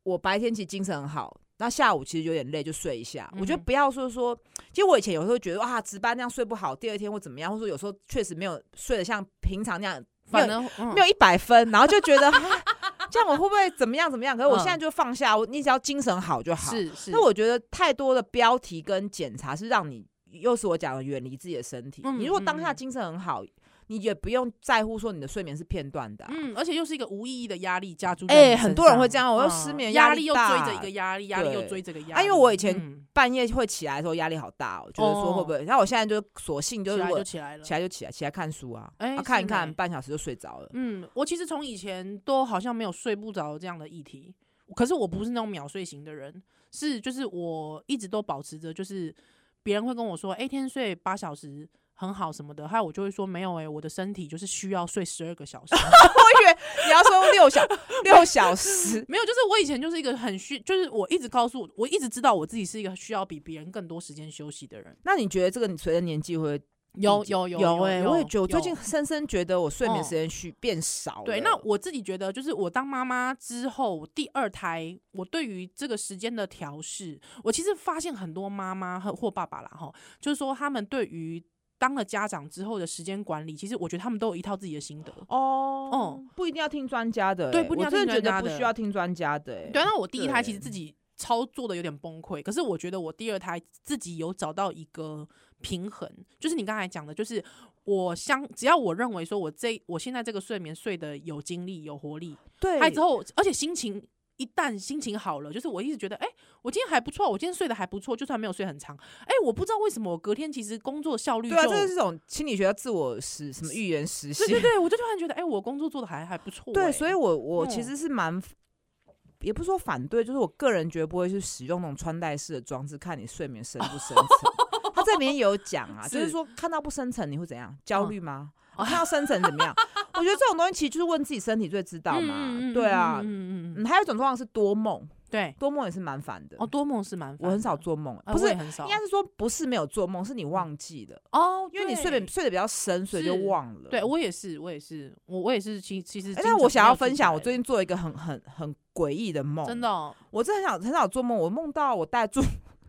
Speaker 2: 我白天其实精神很好，那下午其实有点累，就睡一下。我觉得
Speaker 1: 嗯
Speaker 2: 不要说说，其实我以前有时候觉得哇，值班那样睡不好，第二天或怎么样，或者说有时候确实没有睡得像平常那样，没有
Speaker 1: 反正嗯
Speaker 2: 没有一百分，然后就觉得哈 这样我会不会怎么样怎么样？可
Speaker 1: 嗯
Speaker 2: 是我现在就放下，我你只要精神好就好。
Speaker 1: 是是，
Speaker 2: 那我觉得太多的标题跟检查是让你，又是我讲的远离自己的身体。
Speaker 1: 嗯
Speaker 2: 你如果当下
Speaker 1: 嗯嗯
Speaker 2: 精神很好，你也不用在乎说你的睡眠是片段的啊、
Speaker 1: 嗯，而且又是一个无意义的压力加注在
Speaker 2: 哎
Speaker 1: 你身上。
Speaker 2: 很多人会这样我又
Speaker 1: 嗯
Speaker 2: 失眠压
Speaker 1: 压
Speaker 2: 力
Speaker 1: 力又追
Speaker 2: 大
Speaker 1: 着一个压力，压力又
Speaker 2: 对
Speaker 1: 追着一个压力。
Speaker 2: 啊因为我以前
Speaker 1: 嗯
Speaker 2: 半夜会起来的时候压力好大哦，就是说会不会？然后我现在就索性就
Speaker 1: 起
Speaker 2: 是
Speaker 1: 来
Speaker 2: 我
Speaker 1: 就起来了。
Speaker 2: 起来就起来，起来看书啊，
Speaker 1: 哎
Speaker 2: 啊看一
Speaker 1: 是
Speaker 2: 看
Speaker 1: 呢
Speaker 2: 半小时就睡着了。
Speaker 1: 嗯，我其实从以前都好像没有睡不着这样的议题，可是我不是那种秒睡型的人，是就是我一直都保持着，就是别人会跟我说，哎、天睡八小时很好什么的，还有我就会说没有、诶，欸我的身体就是需要睡十二个小时，
Speaker 2: 我以为你要说六小 六小时，
Speaker 1: 没有，就是我以前就是一个很需，就是我一直告诉我，我一直知道我自己是一个需要比别人更多时间休息的人，
Speaker 2: 那你觉得这个你随着年纪会
Speaker 1: 有
Speaker 2: 已经
Speaker 1: 有有
Speaker 2: 有哎、我也觉得，我最
Speaker 1: 有
Speaker 2: 近欸深深觉得我睡眠
Speaker 1: 嗯
Speaker 2: 时间需变少了。
Speaker 1: 对，那我自己觉得，就是我当妈妈之后，第二胎，我对于这个时间的调试，我其实发现很多妈妈和或爸爸啦，哈，就是说他们对于当了家长之后的时间管理，其实我觉得他们都有一套自己的心得。
Speaker 2: 哦
Speaker 1: 哦
Speaker 2: 不一定要听专家的欸、
Speaker 1: 对不一定
Speaker 2: 我
Speaker 1: 要
Speaker 2: 真
Speaker 1: 听
Speaker 2: 的觉
Speaker 1: 专
Speaker 2: 得
Speaker 1: 家
Speaker 2: 不
Speaker 1: 的
Speaker 2: 需要听专家的、欸。
Speaker 1: 对，啊那我第一胎其实
Speaker 2: 对
Speaker 1: 自己操作的有点崩溃，可是我觉得我第二胎自己有找到一个平衡，就是你刚才讲的，就是我相只要我认为说我这我现在这个睡眠睡得有精力有活力，
Speaker 2: 对，
Speaker 1: 还之后，而且心情一旦心情好了，就是我一直觉得，哎、我今天还不错，我今天睡得还不错，就算没有睡很长，哎、我不知道为什么我隔天其实工作效率就
Speaker 2: 对啊，这是一种心理学的自我实什么预言实现。
Speaker 1: 对对对，我就突然觉得，哎、我工作做的还还不错、
Speaker 2: 对
Speaker 1: 哎
Speaker 2: 所以我我其
Speaker 1: 嗯
Speaker 2: 实是蛮。也不是说反对，就是我个人绝不会去使用那种穿戴式的装置，看你睡眠深不深层。 他这里面有讲啊，就是
Speaker 1: 是
Speaker 2: 说看到不深层你会怎样？焦
Speaker 1: 嗯
Speaker 2: 虑吗？
Speaker 1: 哦
Speaker 2: 看到深层怎 么样？我觉得这种东西其实就是问自己身体最知道嘛。
Speaker 1: 嗯嗯嗯
Speaker 2: 对啊，
Speaker 1: 嗯
Speaker 2: 嗯
Speaker 1: 嗯嗯嗯，
Speaker 2: 还有一种状况是多梦，
Speaker 1: 对，
Speaker 2: 多梦也是蛮烦的。
Speaker 1: 哦，多梦是蛮烦的，
Speaker 2: 嗯我很少做梦、
Speaker 1: 呃，
Speaker 2: 不
Speaker 1: 我
Speaker 2: 是，
Speaker 1: 也很少，
Speaker 2: 应该是说不是没有做梦，是你忘记了，
Speaker 1: 哦，
Speaker 2: 因为你
Speaker 1: 对
Speaker 2: 睡得睡得比较深，所以就是忘了。
Speaker 1: 对我也是，我也是，我我也是，其其实
Speaker 2: 哎，
Speaker 1: 经
Speaker 2: 那我
Speaker 1: 常
Speaker 2: 想
Speaker 1: 没
Speaker 2: 要
Speaker 1: 有
Speaker 2: 分
Speaker 1: 起
Speaker 2: 享，
Speaker 1: 来
Speaker 2: 我最近做一个很很很诡异的梦。
Speaker 1: 真的，哦，
Speaker 2: 我真的很少很少做梦，我梦到我带助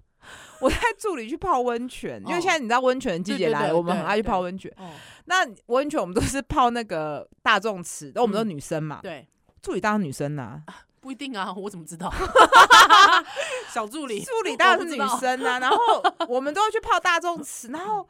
Speaker 2: 我带助理去泡温泉，因为
Speaker 1: 哦
Speaker 2: 现在你知道温泉季
Speaker 1: 对
Speaker 2: 节
Speaker 1: 对
Speaker 2: 来
Speaker 1: 对
Speaker 2: 了，我们
Speaker 1: 对
Speaker 2: 很爱去
Speaker 1: 对
Speaker 2: 泡温泉。
Speaker 1: 哦，
Speaker 2: 那温泉我们都是泡那个大众池，那我们都是
Speaker 1: 嗯
Speaker 2: 女生嘛，
Speaker 1: 对，
Speaker 2: 助理当然是女生呐，
Speaker 1: 不一定啊，我怎么 知道？小助理，
Speaker 2: 助理
Speaker 1: 我
Speaker 2: 当然
Speaker 1: 不
Speaker 2: 是
Speaker 1: 知
Speaker 2: 女
Speaker 1: 道
Speaker 2: 生 啊，然后我们都要去泡大众池，然后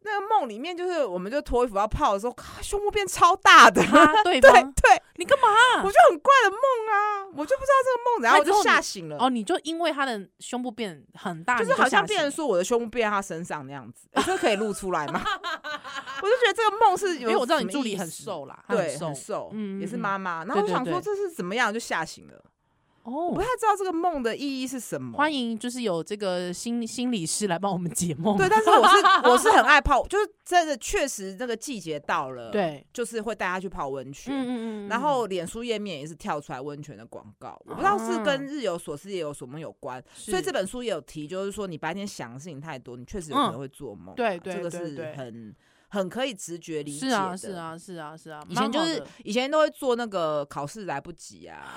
Speaker 2: 那个梦里面就是我们就脱衣服要泡的时候，咔胸部变超大的，
Speaker 1: 啊，对
Speaker 2: 对
Speaker 1: 方，
Speaker 2: 对，
Speaker 1: 你干嘛？
Speaker 2: 我就很怪的梦啊，我就不知道这个梦，
Speaker 1: 那
Speaker 2: 然后我
Speaker 1: 之后
Speaker 2: 就
Speaker 1: 你
Speaker 2: 吓醒了。
Speaker 1: 哦，你就因为他的胸部变很大，
Speaker 2: 就是
Speaker 1: 你
Speaker 2: 好像
Speaker 1: 吓
Speaker 2: 变成
Speaker 1: 醒
Speaker 2: 说我的胸部变在他身上那样子，欸这可以露出来 吗？我就觉得这个梦是
Speaker 1: 了，因
Speaker 2: 有，
Speaker 1: 为我知道你助理很，瘦啦，她
Speaker 2: 对，
Speaker 1: 瘦
Speaker 2: 很瘦，
Speaker 1: 嗯
Speaker 2: 也是
Speaker 1: 嗯
Speaker 2: 妈妈。然
Speaker 1: 对
Speaker 2: 后我
Speaker 1: 对
Speaker 2: 想说
Speaker 1: 对
Speaker 2: 这是怎么样，就吓醒了。我不
Speaker 1: 哦。
Speaker 2: 太知道这个梦的意义是什么。
Speaker 1: 欢迎，就是有这个心心理师来帮我们解梦。
Speaker 2: 对，但是我是我是很爱泡，就是真的确实那个季节到 了，，
Speaker 1: 对，
Speaker 2: 就是会带他去泡温泉。
Speaker 1: 嗯
Speaker 2: 然后脸书页面也是跳出来温泉的广告，我不知道
Speaker 1: 啊
Speaker 2: 是跟日有所思夜有所梦有关，所以这本书也有提，就是说你白天想的事情太多，你确实有可能会做梦
Speaker 1: 嗯
Speaker 2: 啊、
Speaker 1: 对对
Speaker 2: 这个
Speaker 1: 对
Speaker 2: 是
Speaker 1: 对
Speaker 2: 很很可以直觉理解
Speaker 1: 是
Speaker 2: 的。
Speaker 1: 啊是，啊是啊是啊，
Speaker 2: 以前
Speaker 1: 蛮
Speaker 2: 就
Speaker 1: 好
Speaker 2: 是
Speaker 1: 的
Speaker 2: 以前都会做那个考试来不及 啊，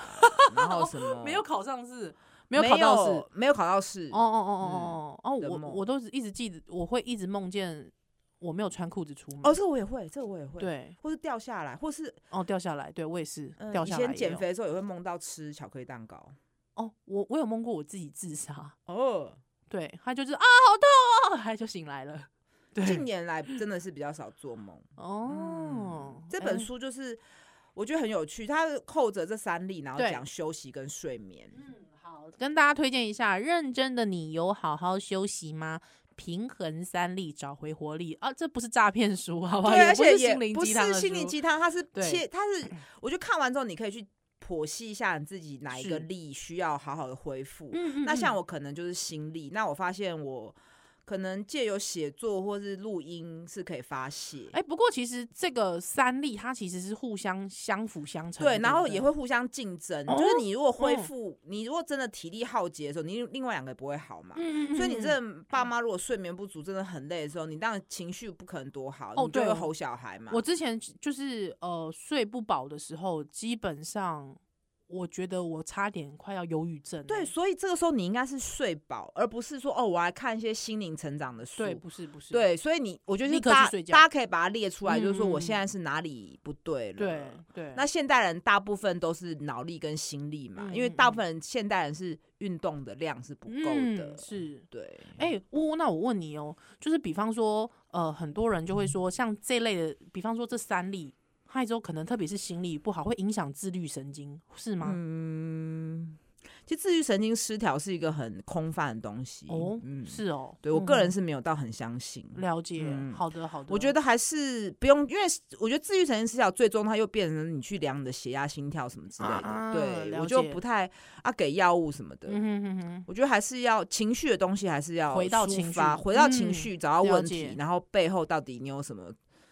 Speaker 2: 然后什么
Speaker 1: 没有考上试，没
Speaker 2: 没
Speaker 1: 有考到试。
Speaker 2: 有没有考到试嗯
Speaker 1: 哦哦哦哦哦哦，
Speaker 2: 的
Speaker 1: 我
Speaker 2: 梦
Speaker 1: 我都是一直记得，我会一直梦见我没有穿裤子出门。
Speaker 2: 哦，这个我也会，这个我也会，，
Speaker 1: 对，
Speaker 2: 或是掉下来，或是、
Speaker 1: 哦掉下来，对我也是
Speaker 2: 嗯
Speaker 1: 掉
Speaker 2: 以
Speaker 1: 下来也有。
Speaker 2: 前减肥的时候也会梦到吃巧克力蛋糕。
Speaker 1: 哦，我我有梦过我自己自杀，
Speaker 2: 哦，
Speaker 1: 对他就是啊，好痛啊，他就醒来了。
Speaker 2: 近
Speaker 1: 对，
Speaker 2: 年来真的是比较少做梦。
Speaker 1: 哦，
Speaker 2: 嗯这本
Speaker 1: 哎
Speaker 2: 书就是我觉得很有趣，它是扣着这三例，然后
Speaker 1: 对
Speaker 2: 讲休息跟睡眠。
Speaker 1: 好跟大家推荐一下，《认真的你有好好休息吗》。平衡三力，找回活力啊！这不是诈骗书，好不好？
Speaker 2: 对，
Speaker 1: 也
Speaker 2: 而
Speaker 1: 不
Speaker 2: 且
Speaker 1: 是
Speaker 2: 也
Speaker 1: 心灵
Speaker 2: 不
Speaker 1: 鸡汤
Speaker 2: 是
Speaker 1: 的
Speaker 2: 心灵
Speaker 1: 书
Speaker 2: 鸡汤，它是
Speaker 1: 对嗯
Speaker 2: 切，它是我觉得看完之后你可以去剖析一下你自己哪一个
Speaker 1: 是
Speaker 2: 力需要好好的恢复。
Speaker 1: 嗯嗯，
Speaker 2: 那像
Speaker 1: 我
Speaker 2: 我可能就是心力，那我发现我可能借由写作或是录音是可以发泄。
Speaker 1: 哎、不过其实这个三力它其实是互相相辅相成的，
Speaker 2: 对，然后
Speaker 1: 不
Speaker 2: 也会互相竞争，就是
Speaker 1: 哦
Speaker 2: 你如果恢
Speaker 1: 嗯
Speaker 2: 复，你如果真的体力耗竭的时候，你另外两个也不会好嘛。
Speaker 1: 嗯，嗯
Speaker 2: 所以你
Speaker 1: 嗯
Speaker 2: 这爸妈如果睡眠不足，真的很累的时候，你当然情绪不可能多好，
Speaker 1: 哦
Speaker 2: 你就
Speaker 1: 对
Speaker 2: 会
Speaker 1: 哦
Speaker 2: 吼小孩嘛。
Speaker 1: 我之前就是呃睡不饱的时候，基本上我觉得我差点快要忧郁症了、
Speaker 2: 对，所以这个时候你应该是睡饱，而不是说哦，我来看一些心灵成长的书。
Speaker 1: 对，不是不是，
Speaker 2: 对所以你我觉得
Speaker 1: 立
Speaker 2: 是
Speaker 1: 刻
Speaker 2: 大
Speaker 1: 去睡觉
Speaker 2: 大家可以把它列出来，就是说我
Speaker 1: 嗯
Speaker 2: 现在是哪里不对了。
Speaker 1: 对。对，
Speaker 2: 那现代人大部分都是脑力跟心力嘛，
Speaker 1: 嗯
Speaker 2: 因为
Speaker 1: 嗯
Speaker 2: 大
Speaker 1: 嗯
Speaker 2: 部分人现代人是运动的量是不够的。
Speaker 1: 嗯、是。
Speaker 2: 对，
Speaker 1: 哎、呜呜，那我问你哦，就是比方说，呃，很多人就会说，像这类的，比方说这三例，害之后可能特别是心理不好，会影响自律神经，是吗？
Speaker 2: 嗯，其实自律神经失调是一个很空泛的东西。
Speaker 1: 哦，
Speaker 2: 嗯，
Speaker 1: 是哦，
Speaker 2: 对我个人
Speaker 1: 嗯
Speaker 2: 是没有到很相信。
Speaker 1: 了解，
Speaker 2: 嗯
Speaker 1: 好的好的，哦
Speaker 2: 我觉
Speaker 1: 得
Speaker 2: 得还是不用，因为我觉得自律神经失调最终它又变成你去量你的血压、心跳什么之类的，
Speaker 1: 啊
Speaker 2: 对
Speaker 1: 了
Speaker 2: 我就
Speaker 1: 解
Speaker 2: 不太啊给药物什么的。
Speaker 1: 嗯哼哼哼，
Speaker 2: 我觉得还是要情绪的东西，还是要
Speaker 1: 回到
Speaker 2: 抒
Speaker 1: 情绪
Speaker 2: 发回到情
Speaker 1: 嗯
Speaker 2: 绪，找到
Speaker 1: 了
Speaker 2: 问
Speaker 1: 解
Speaker 2: 题，然后背后到底你有什么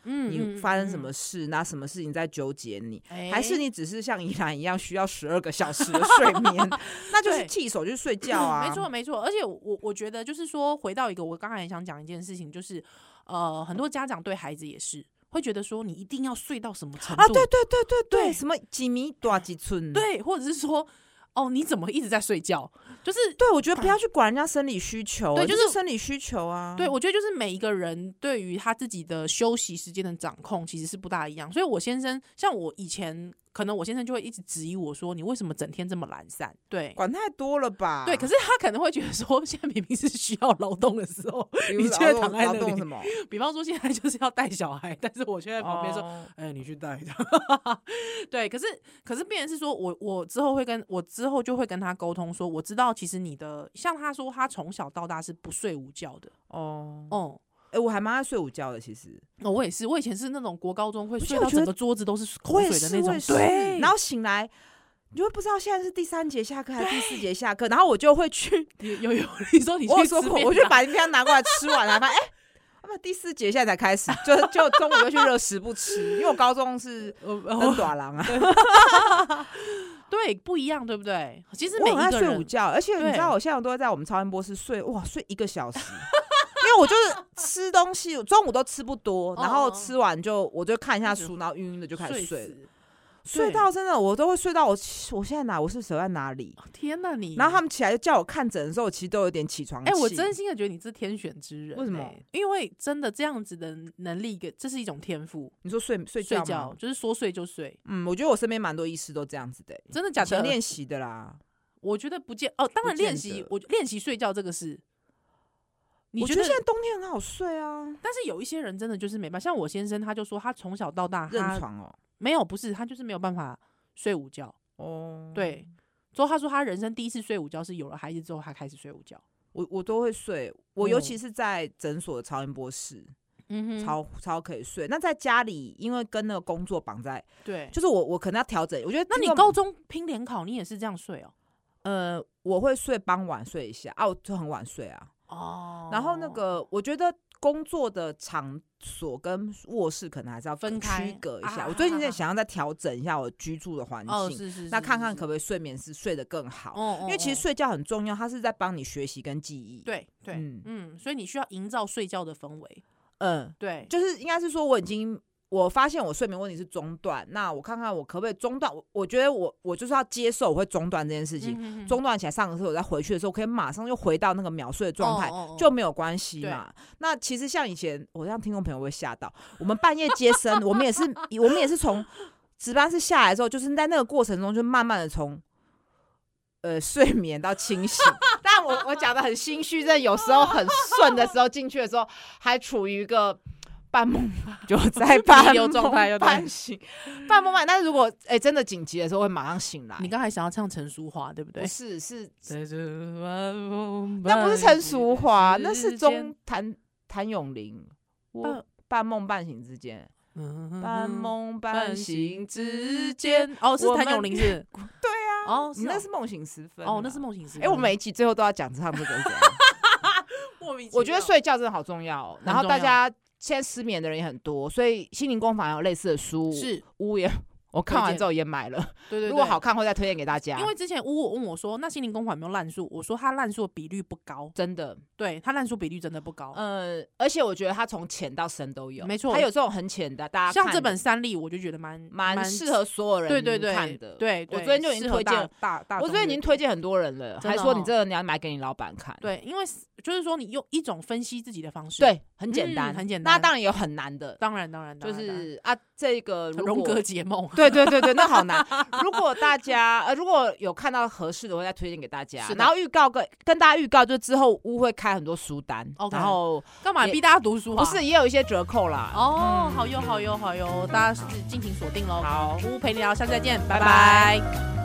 Speaker 1: 嗯
Speaker 2: 你发生什么？事，那什么事情在纠结你，
Speaker 1: 哎
Speaker 2: 还是你只是像依兰一样需要十二个小时的睡 眠，那就是
Speaker 1: 对
Speaker 2: 弃守就是睡觉啊，
Speaker 1: 没错，没错。而且我我觉得就是说，回到一个我刚才也想讲一件事情，就是呃，很多家长对孩子也是会觉得说，你一定要睡到什么程度
Speaker 2: 啊，对对对对对，
Speaker 1: 对
Speaker 2: 什么几米多几寸，
Speaker 1: 对，或者是说，哦，你怎么一直在睡觉？就是
Speaker 2: 对，我觉得不要去管人家生理需求，
Speaker 1: 对
Speaker 2: 这
Speaker 1: 就是
Speaker 2: 是生理需求啊，
Speaker 1: 对，我觉得就是每一个人对于他自己的休息时间的掌控其实是不大一样。所以我先生，像我以前，可能我先生就会一直质疑我说，你为什么整天这么懒散？对。
Speaker 2: 管太多了吧？
Speaker 1: 对，可是他可能会觉得说， 现在明明是需要劳动的时候，
Speaker 2: 比如
Speaker 1: 你
Speaker 2: 劳
Speaker 1: 却
Speaker 2: 动
Speaker 1: 躺在
Speaker 2: 劳
Speaker 1: 那
Speaker 2: 动
Speaker 1: 里
Speaker 2: 什么？
Speaker 1: 比方说现在就是要带小孩，但是我 却在
Speaker 2: 在
Speaker 1: 旁边说，
Speaker 2: 哦
Speaker 1: 哎、你去带他。 对，可是可是，变成是说我我之后会跟我之后就会跟他沟通说，我知道其实你的像他说他从小到大是不睡午觉的，
Speaker 2: 哦，哎、
Speaker 1: 哦、
Speaker 2: 我还蛮爱睡午觉的，其实
Speaker 1: 哦，我也是，我以前是那种国高中会
Speaker 2: 不是
Speaker 1: 睡
Speaker 2: 我
Speaker 1: 到
Speaker 2: 觉
Speaker 1: 整
Speaker 2: 得
Speaker 1: 个桌子都是
Speaker 2: 我
Speaker 1: 口
Speaker 2: 也
Speaker 1: 水的
Speaker 2: 是，
Speaker 1: 那
Speaker 2: 我
Speaker 1: 种
Speaker 2: 也，是
Speaker 1: 对，
Speaker 2: 然后醒来。你就会不知道现在是第三节下课还是第四节下课，然后我就会去，
Speaker 1: 有有有，你说 你
Speaker 2: 我有
Speaker 1: 去
Speaker 2: 说
Speaker 1: 吃
Speaker 2: 过，
Speaker 1: 面
Speaker 2: 我就
Speaker 1: 吧
Speaker 2: 把人家拿过来吃完了，发现哎，那、第四节现在才开始，就就中午就去热食部吃，因为我高 中是
Speaker 1: 呃
Speaker 2: 登
Speaker 1: 呃
Speaker 2: 短廊啊，
Speaker 1: 对不一样，对不对？其实每
Speaker 2: 我很
Speaker 1: 一
Speaker 2: 爱
Speaker 1: 个
Speaker 2: 睡午
Speaker 1: 人
Speaker 2: 觉，而且你知道
Speaker 1: 对
Speaker 2: 我现在都会在我们超音波室睡，哇，睡一个小时， 因为我就是吃东西，中午都吃不多，然后
Speaker 1: 哦
Speaker 2: 吃完就我就看一下
Speaker 1: 就
Speaker 2: 书，然后晕晕的就开始睡了，
Speaker 1: 死
Speaker 2: 睡
Speaker 1: 对
Speaker 2: 到真的我都会睡到我我现在哪我是手在哪里，
Speaker 1: 哦天哪你！
Speaker 2: 然后他们起来就叫我看诊的时候，我其实都有点起床气。
Speaker 1: 哎、我真心的觉得你是天选之人、
Speaker 2: 为什么
Speaker 1: 哎因为真的这样子的能力，给这是一种天赋。
Speaker 2: 你说睡睡
Speaker 1: 睡
Speaker 2: 觉
Speaker 1: 觉
Speaker 2: 吗？
Speaker 1: 就是说睡就睡，
Speaker 2: 嗯，我觉得我身边蛮多医师都这样子的、欸，
Speaker 1: 真的假
Speaker 2: 以前
Speaker 1: 的？
Speaker 2: 练习的啦。
Speaker 1: 我觉得不见哦，当然
Speaker 2: 不见
Speaker 1: 练习
Speaker 2: 得，
Speaker 1: 我练习睡觉这个是，你
Speaker 2: 我
Speaker 1: 觉
Speaker 2: 觉
Speaker 1: 得
Speaker 2: 得？现在冬天很好睡啊，
Speaker 1: 但是有一些人真的就是没办法，像我先生他就说他从小到大
Speaker 2: 认
Speaker 1: 他
Speaker 2: 床哦。
Speaker 1: 没有不是他就是没有办法睡午觉，
Speaker 2: 哦，
Speaker 1: 对。之后他说他人生第一次睡午觉是有了孩子之后他开始睡午觉，
Speaker 2: 我我都会睡，我尤
Speaker 1: 哦
Speaker 2: 其是在诊所的超音波室，
Speaker 1: 嗯哼
Speaker 2: 超超可以睡。那在家里，因为跟那个工作绑在，
Speaker 1: 对。
Speaker 2: 就是我我可能要调整。我觉得
Speaker 1: 那
Speaker 2: 听
Speaker 1: 你
Speaker 2: 众
Speaker 1: 高中拼联考你也是这样睡哦？
Speaker 2: 呃，我会睡傍晚睡一下啊，我就很晚睡啊。
Speaker 1: 哦
Speaker 2: 然后那个，我觉得工作的场所跟卧室可能还是要
Speaker 1: 分
Speaker 2: 区
Speaker 1: 开
Speaker 2: 隔一下。
Speaker 1: 啊
Speaker 2: 我最近在
Speaker 1: 啊啊
Speaker 2: 想要再调整一下我居住的环境，
Speaker 1: 哦是是是，
Speaker 2: 那看看
Speaker 1: 是
Speaker 2: 可不可以睡眠是睡得更好。
Speaker 1: 哦，
Speaker 2: 因为其实
Speaker 1: 哦
Speaker 2: 睡觉很重要，它是在帮你学习跟记忆。，
Speaker 1: 对对
Speaker 2: 嗯
Speaker 1: 嗯，所以你需要营造睡觉的氛围，
Speaker 2: 嗯，
Speaker 1: 对，
Speaker 2: 就是应该是说我已经。我发现我睡眠问题是中断，那我看看我可不可以中断？我我觉得我我就是要接受我会中断这件事情，
Speaker 1: 嗯
Speaker 2: 中断起来上个厕所再回去的时候，我可以马上又回到那个秒睡的状态，
Speaker 1: 哦哦哦
Speaker 2: 就没有关系嘛。那其实像以前，我让听众朋友会吓到，我们半夜接生，我们也是，我们也是 从值班室下来之后，就是在那个过程中，就慢慢的从呃睡眠到清醒。 但我我讲的很心虚，这有时候很顺的时候进去的时候，还处于一个。半梦 就在半
Speaker 1: 流
Speaker 2: 梦
Speaker 1: 状态就对
Speaker 2: 半醒，半梦半。但是如果哎、真的紧急的时候，会马上醒来。
Speaker 1: 你刚才想要唱陈淑桦，对不对
Speaker 2: 不？是是
Speaker 1: 那
Speaker 2: 那不是陈淑桦，那是中谭谭咏麟。我
Speaker 1: 半
Speaker 2: 半梦半醒之间，
Speaker 1: 嗯
Speaker 2: 半梦半醒之间，，
Speaker 1: 哦，是
Speaker 2: 我
Speaker 1: 谭
Speaker 2: 们
Speaker 1: 咏麟是？
Speaker 2: 对啊，
Speaker 1: 哦，
Speaker 2: 你那是梦醒时分啊。
Speaker 1: 哦，那是梦醒时分。
Speaker 2: 哎，我每一集最后都要讲唱这个是 怎样，
Speaker 1: 莫名其妙，
Speaker 2: 啊我觉得睡觉真的好重要哦。
Speaker 1: 哦很
Speaker 2: 然后
Speaker 1: 重
Speaker 2: 大
Speaker 1: 要
Speaker 2: 家现在失眠的人也很多，所以心灵工坊有类似的书，
Speaker 1: 哦是
Speaker 2: 屋也我看
Speaker 1: 推
Speaker 2: 完
Speaker 1: 荐
Speaker 2: 之后也买了，
Speaker 1: 对对对，
Speaker 2: 如果好。看会再推荐给大家。
Speaker 1: 因为之前呜呜问我说，那心灵公馆有没有烂数？我说它烂数的比率不高，
Speaker 2: 真的，
Speaker 1: 对它烂数比率真的不高。
Speaker 2: 嗯，而且我觉得它从浅到深都有，
Speaker 1: 哦没错
Speaker 2: 它有这种很浅的，大家
Speaker 1: 像
Speaker 2: 看
Speaker 1: 这本三例，我就觉得蛮
Speaker 2: 蛮适，合所有人
Speaker 1: 对对对
Speaker 2: 看的。，
Speaker 1: 对对。
Speaker 2: 我昨天就已经
Speaker 1: 适合
Speaker 2: 推
Speaker 1: 大
Speaker 2: 荐
Speaker 1: 大大，
Speaker 2: 我昨天已经推。荐很多人了，
Speaker 1: 真
Speaker 2: 还
Speaker 1: 的
Speaker 2: 说你
Speaker 1: 哦
Speaker 2: 这个你要买给你老板看。
Speaker 1: 对，因为就是说你用一种分析自己的方式，，
Speaker 2: 对，很简单，
Speaker 1: 嗯很简
Speaker 2: 那
Speaker 1: 单
Speaker 2: 当然有很难的，
Speaker 1: 当然当然，当
Speaker 2: 就
Speaker 1: 然当然
Speaker 2: 是啊，这个如
Speaker 1: 荣格
Speaker 2: 果。
Speaker 1: 解梦，
Speaker 2: 对对对对，那好 难。如果大家呃，如果有看到合适的，我会再推荐给大家
Speaker 1: 是。的
Speaker 2: 然后预告跟跟大家预告，就之后屋会开很多书单
Speaker 1: OK
Speaker 2: 然后
Speaker 1: 干嘛
Speaker 2: 也
Speaker 1: 逼大家读书啊？
Speaker 2: 不是也有一些折扣啦。
Speaker 1: 哦，好哟好哟好哟，大家是尽情锁定喽。
Speaker 2: 好。
Speaker 1: 服务陪你聊，下次再见，拜
Speaker 2: 拜拜
Speaker 1: 拜